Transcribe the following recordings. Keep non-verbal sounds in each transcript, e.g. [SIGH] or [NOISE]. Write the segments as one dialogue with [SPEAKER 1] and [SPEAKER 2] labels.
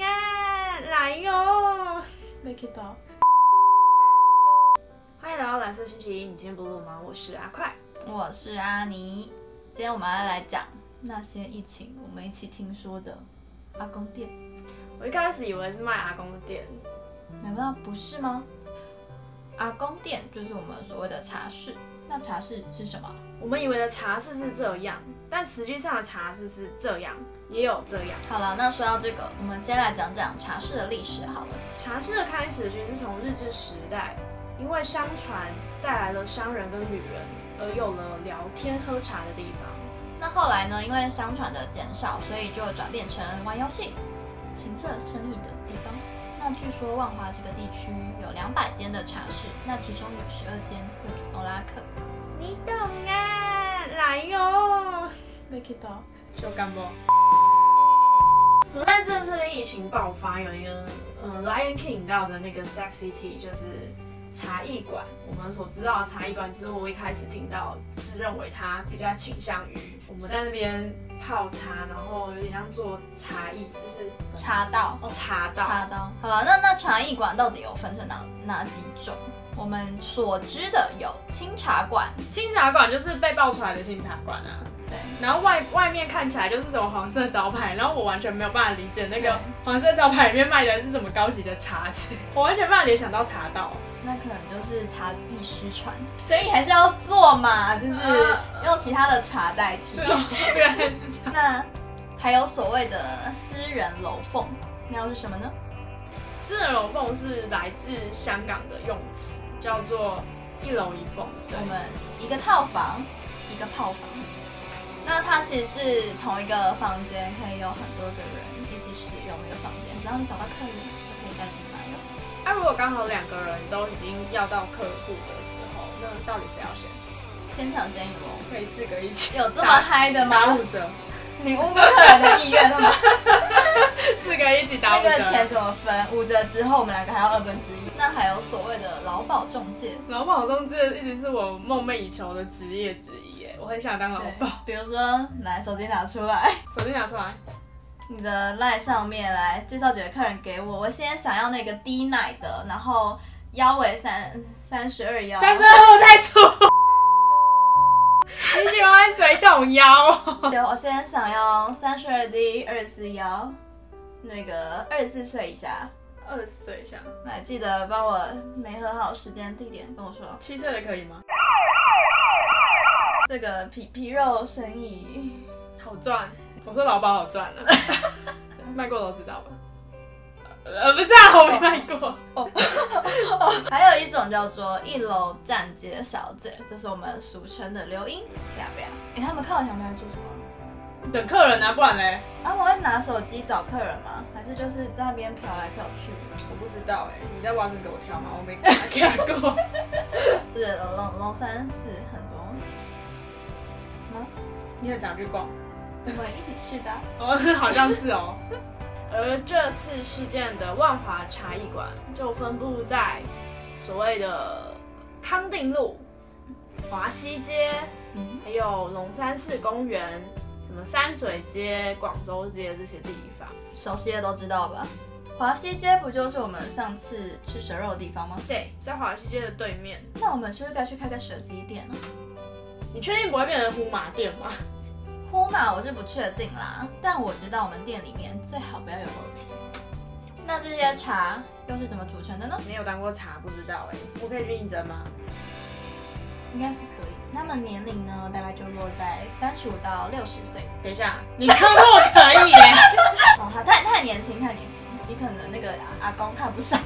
[SPEAKER 1] 啊
[SPEAKER 2] 哎呦，没看到。
[SPEAKER 1] 欢迎来到蓝色星期一，你今天不录吗？我是阿快。
[SPEAKER 3] 我是阿尼，今天我们要来讲那些疫情我们一起听说的阿公店，
[SPEAKER 1] 我一开始以为是卖阿公的店，
[SPEAKER 3] 难道不是吗？阿公店就是我们所谓的茶室，那茶室是什么？
[SPEAKER 1] 我们以为的茶室是这样，但实际上的茶室是这样，也有这样。
[SPEAKER 3] 好了，那说到这个，我们先来讲讲茶室的历史好了。
[SPEAKER 1] 茶室的开始其实是从日治时代，因为商船带来了商人跟女人，而有了聊天喝茶的地方。
[SPEAKER 3] 那后来呢，因为商船的减少，所以就转变成玩游戏、情色生意的地方。那据说万华这个地区有两百间的茶室，那其中有十二间会主动拉客。
[SPEAKER 2] 你懂啊，来哟，没看到。
[SPEAKER 1] 就干不？但这次的疫情爆发，有一个呃《Lion King》到的那个 Sex City，就是茶艺馆。我们所知道的茶艺馆，只是我一开始听到是认为它比较倾向于我们在那边泡茶，然后有点像做茶艺，就是
[SPEAKER 3] 茶道，
[SPEAKER 1] 哦茶道。
[SPEAKER 3] 茶道。好了，那那茶艺馆到底有分成哪哪几种？我们所知的有清茶馆，
[SPEAKER 1] 清茶馆就是被爆出来的清茶馆啊。
[SPEAKER 3] 对，
[SPEAKER 1] 然后外外面看起来就是什么黄色招牌，然后我完全没有办法理解那
[SPEAKER 3] 对
[SPEAKER 1] 个黄色招牌里面卖的是什么高级的茶钱，我完全没办法联想到茶道。
[SPEAKER 3] 那可能就是茶艺失传，所以还是要做嘛，就是用其他的茶代替。
[SPEAKER 1] 啊 [LAUGHS] 原来是这样。
[SPEAKER 3] 那还有所谓的私人楼凤，那又是什么呢？
[SPEAKER 1] 私人楼凤是来自香港的用词，叫做一楼一凤。对
[SPEAKER 3] 我们一个套房，一个炮房。那它其实是同一个房间，可以有很多个人一起使用那个房间，只要你找到客人，就可以带进来了。
[SPEAKER 1] 那、啊如果刚好两个人都已经要到客户的时候，那到底谁要先？
[SPEAKER 3] 先抢先赢哦。
[SPEAKER 1] 可以四个一起。
[SPEAKER 3] 有这么嗨的
[SPEAKER 1] 打
[SPEAKER 3] 吗
[SPEAKER 1] 五？折，
[SPEAKER 3] 你问过客人的意愿了吗？
[SPEAKER 1] [LAUGHS] 四个一起 [LAUGHS] 打
[SPEAKER 3] 那
[SPEAKER 1] 五折。
[SPEAKER 3] 个钱怎么分？五折之后，我们两个还要二分之一。那还有所谓的劳保中介，
[SPEAKER 1] 劳保中介一直是我梦寐以求的职业之一耶，我很想当劳
[SPEAKER 3] 对
[SPEAKER 1] 保。，
[SPEAKER 3] 比如说来手机拿出来，
[SPEAKER 1] 手机拿出来，
[SPEAKER 3] 你的 line 上面来介绍几个客人给我，我现在想要那个低奶的，然后腰围三三十二腰，
[SPEAKER 1] 三十二太粗。你喜欢水桶腰？ [LAUGHS]
[SPEAKER 3] 对，我现在想要三十二 D 二四腰，那个二十四岁以下，
[SPEAKER 1] 二十岁以下，
[SPEAKER 3] 来记得帮我没和好时间地点跟我说。
[SPEAKER 1] 七岁的可以吗？
[SPEAKER 3] 这个皮皮肉生意。
[SPEAKER 1] 好赚，我说劳保好赚 [LAUGHS] 了，卖过都知道吧？呃，不是啊，我没卖过。
[SPEAKER 3] 还有一种叫做一楼站街小姐，就是我们俗称的留英漂漂。哎、他们看完小票会做什么？
[SPEAKER 1] 等客人啊，不然嘞？
[SPEAKER 3] 他们会拿手机找客人吗？还是就是在那边瞟来瞟去？
[SPEAKER 1] 我不知道哎、你在挖坑给我跳吗？我没看 [LAUGHS] 过。
[SPEAKER 3] 是龙龙山寺很多吗？
[SPEAKER 1] 你很常去逛？
[SPEAKER 3] 我们一起去的啊、
[SPEAKER 1] 哦， [LAUGHS] 好像是哦。而这次事件的万华茶艺馆就分布在所谓的康定路、华西街，
[SPEAKER 3] 嗯，
[SPEAKER 1] 还有龙山寺公园、什么山水街、广州街这些地方。
[SPEAKER 3] 熟悉的都知道吧？华西街不就是我们上次吃蛇肉的地方吗？
[SPEAKER 1] 对，在华西街的对面。
[SPEAKER 3] 那我们是不是该去开个蛇鸡店啊呢？
[SPEAKER 1] 你确定不会变成呼麻店吗？
[SPEAKER 3] 呼嘛，我是不确定啦，但我知道我们店里面最好不要有楼梯。那这些茶又是怎么组成的呢？
[SPEAKER 1] 没有当过茶，不知道哎、我可以去应征吗？
[SPEAKER 3] 应该是可以。那么年龄呢，大概就落在三十五到六十岁。
[SPEAKER 1] 等一下，你刚说我可以耶、
[SPEAKER 3] 哦，他太太年轻，太年轻，你可能那个阿公看
[SPEAKER 1] [LAUGHS]
[SPEAKER 3] 不上，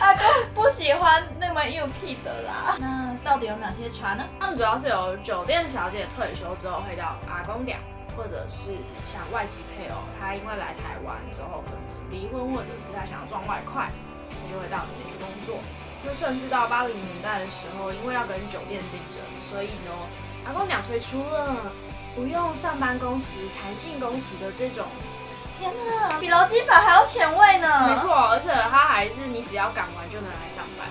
[SPEAKER 3] 阿公不喜欢那么又 key 的啦。那到底有哪些茶呢？
[SPEAKER 1] 他们主要是由酒店小姐退休之后会到阿公寮，或者是像外籍配偶，他因为来台湾之后可能离婚，或者是他想要赚外快，他就会到里面去工作。那甚至到八零年代的时候，因为要跟酒店竞争，所以呢，阿公寮推出了不用上班工时、弹性工时的这种
[SPEAKER 3] 天哪，啊比劳基法还要前卫呢！
[SPEAKER 1] 没，错，而且它还是你只要赶完就能来上班。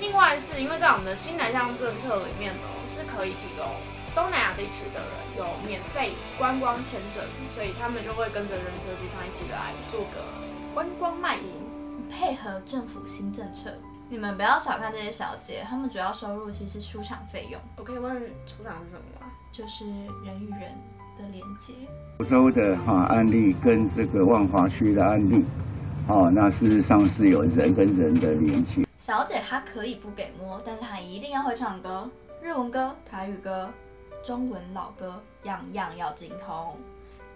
[SPEAKER 1] 另外是因为在我们的新南向政策里面呢，哦是可以提供东南亚地区的人有免费观光签证，所以他们就会跟着人蛇集团一起来做个观光卖淫。
[SPEAKER 3] 配合政府新政策。你们不要小看这些小姐，她们主要收入其实是出场费用，
[SPEAKER 1] 我可以问出场是什么吗？
[SPEAKER 3] 就是人与人的连接。
[SPEAKER 4] 福州的哈、案例跟这个万华区的案例，哦，那事实上是有人跟人的连接。
[SPEAKER 3] 小姐她可以不给摸，但是她一定要会唱歌，日文歌、台语歌、中文老歌，样样要精通，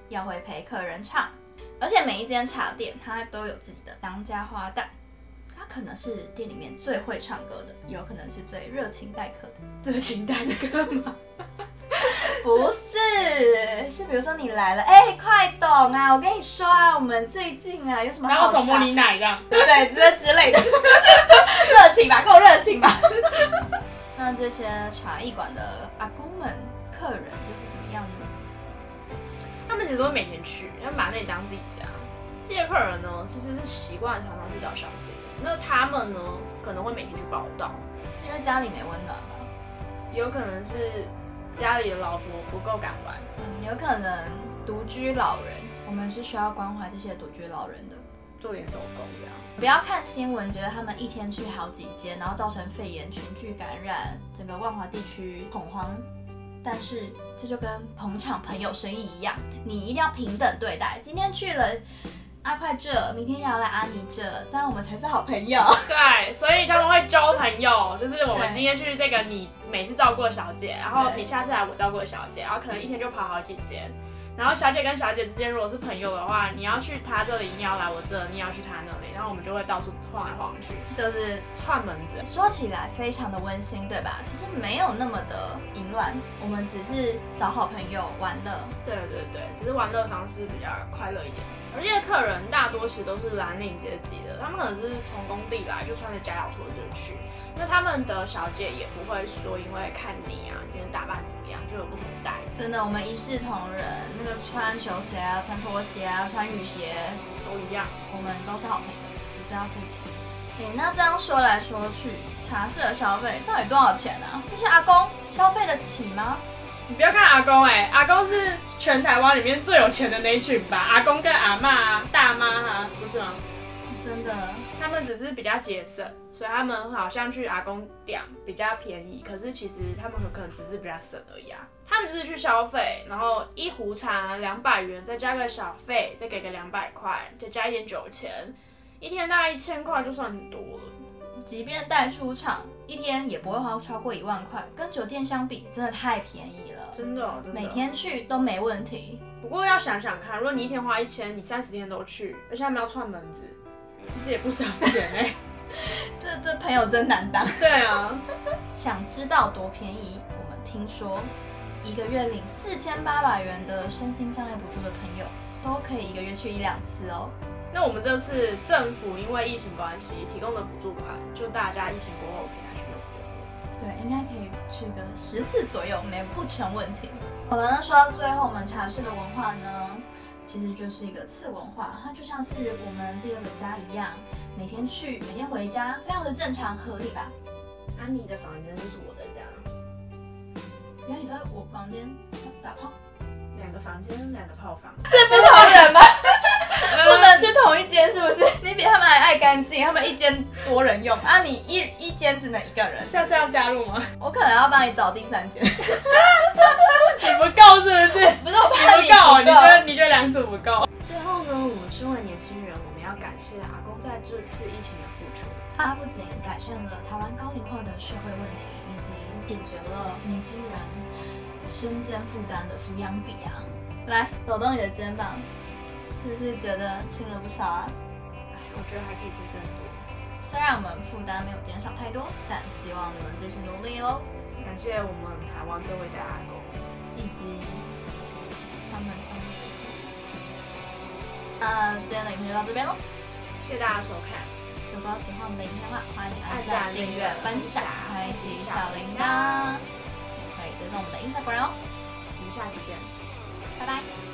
[SPEAKER 3] 要会陪客人唱。而且每一间茶店她都有自己的当家花旦，她可能是店里面最会唱歌的，有可能是最热情待客的。
[SPEAKER 1] 这个清单歌 [LAUGHS] 吗？
[SPEAKER 3] 不是，是比如说你来了，哎、快懂啊！我跟你说啊，我们最近啊有什么
[SPEAKER 1] 然后
[SPEAKER 3] 好
[SPEAKER 1] 手摸
[SPEAKER 3] 茶
[SPEAKER 1] 你奶这样。
[SPEAKER 3] 对，这之类的， [LAUGHS] 热情吧，够热情 [LAUGHS] 吧。那这些茶艺馆的阿公们、客人又是怎么样呢？
[SPEAKER 1] [LAUGHS] 他们其实会每天去，他们把那里当自己家。这些客人呢，其实是习惯常常去找小姐，那他们呢，可能会每天去报道，
[SPEAKER 3] 因为家里没温暖吧，
[SPEAKER 1] 也有可能是家里的老婆不够敢玩，
[SPEAKER 3] 嗯，有可能独居老人，我们是需要关怀这些独居老人的。
[SPEAKER 1] 做点手工这样。
[SPEAKER 3] 不要看新闻，觉得他们一天去好几间，然后造成肺炎群聚感染，整个万华地区恐慌。但是这就跟捧场朋友生意一样，你一定要平等对待。今天去了阿快这，明天也要来阿尼这，这样我们才是好朋友。
[SPEAKER 1] 对，所以他们会交朋友，就是我们
[SPEAKER 3] 对
[SPEAKER 1] 今天去这个你每次照顾的小姐，然后
[SPEAKER 3] 对
[SPEAKER 1] 你下次来我照顾的小姐，然后可能一天就跑好几间。然后小姐跟小姐之间如果是朋友的话，你要去她这里，你也要来我这，你也要去她那里，然后我们就会到处晃来晃去，
[SPEAKER 3] 就是
[SPEAKER 1] 串门子。
[SPEAKER 3] 说起来非常的温馨，对吧？其实没有那么的淫乱，我们只是找好朋友玩乐。
[SPEAKER 1] 对对对，只是玩乐方式比较快乐一点。而且客人大多其实都是蓝领阶级的，他们可能是从工地来，就穿着夹脚拖就去。那他们的小姐也不会说因为看你啊，今天打扮怎么样，就有不同的待遇。
[SPEAKER 3] 真的，我们一视同仁，那个穿球鞋啊，穿拖鞋啊，穿雨鞋，
[SPEAKER 1] 都一样。
[SPEAKER 3] 我们都是好朋友，只是要付钱。哎、那这样说来说去，茶室的消费到底多少钱啊？这些阿公消费得起吗？
[SPEAKER 1] 你不要看阿公哎、阿公是全台湾里面最有钱的那一群吧？阿公跟阿妈啊、大妈啊，不是吗？
[SPEAKER 3] 真的，
[SPEAKER 1] 他们只是比较节省，所以他们好像去阿公店比较便宜，可是其实他们可能只是比较省而已啊。他们就是去消费，然后一壶茶两百元，再加个小费，再给个两百块，再加一点酒钱，一天大概一千块就算很多了。
[SPEAKER 3] 即便带出场，一天也不会花超过一万块，跟酒店相比，真的太便宜了。
[SPEAKER 1] 真的哦，真的。
[SPEAKER 3] 每。天去都没问题，
[SPEAKER 1] 不过要想想看，如果你一天花一千，你三十天都去，而且他们要串门子，其实也不少钱哎、
[SPEAKER 3] 这这朋友真难当。
[SPEAKER 1] 对啊，
[SPEAKER 3] 想知道多便宜？我们听说一个月领四千八百元的身心障碍补助的朋友，都可以一个月去一两次哦。
[SPEAKER 1] 那我们这次政府因为疫情关系提供的补助款，就大家疫情过后可以拿去用。
[SPEAKER 3] 对，应该可以去个十次左右，没不成问题。好了，那说到最后，我们茶室的文化呢，其实就是一个次文化，它就像是我们第二个家一样，每天去，每天回家，非常的正常合理吧？
[SPEAKER 1] 安啊妮的房间就是我的家，
[SPEAKER 3] 原来你都在我房间打炮，
[SPEAKER 1] 两个房间，两个炮房。
[SPEAKER 3] 是不同人吗？ [LAUGHS] 不
[SPEAKER 1] 不
[SPEAKER 3] 能去同一间，是不是？你比他们还爱干净，他们一间多人用啊，你一一间只能一个人。
[SPEAKER 1] 下次要加入吗？ [LAUGHS]
[SPEAKER 3] 我可能要帮你找第三 [LAUGHS] 间，
[SPEAKER 1] 你不够是不是？
[SPEAKER 3] 不是我怕
[SPEAKER 1] 不
[SPEAKER 3] 你
[SPEAKER 1] 够，
[SPEAKER 3] 不
[SPEAKER 1] 你觉得你觉得两组不够？最后呢，我们身为年轻人，我们要感谢阿公在这次疫情的付出。
[SPEAKER 3] 它不仅改善了台湾高龄化的社会问题，以及解决了年轻人身兼负担的抚养比啊。来，抖动你的肩膀，是不是觉得轻了不少啊？
[SPEAKER 1] 哎我觉得还可以再更多。
[SPEAKER 3] 虽然我们负担没有减少太多，但希望你们继续努力哦喽，
[SPEAKER 1] 感谢我们台湾各位的阿公。
[SPEAKER 3] 以及他们方面的事情。那今天的影片就到这边喽。
[SPEAKER 1] 谢谢大家收看，
[SPEAKER 3] 如果喜欢我们的影片的话，欢迎按赞、订阅、分享，开启小铃铛，也可以追踪我们的 Instagram 哦。
[SPEAKER 1] 我们下期见。
[SPEAKER 3] 拜拜。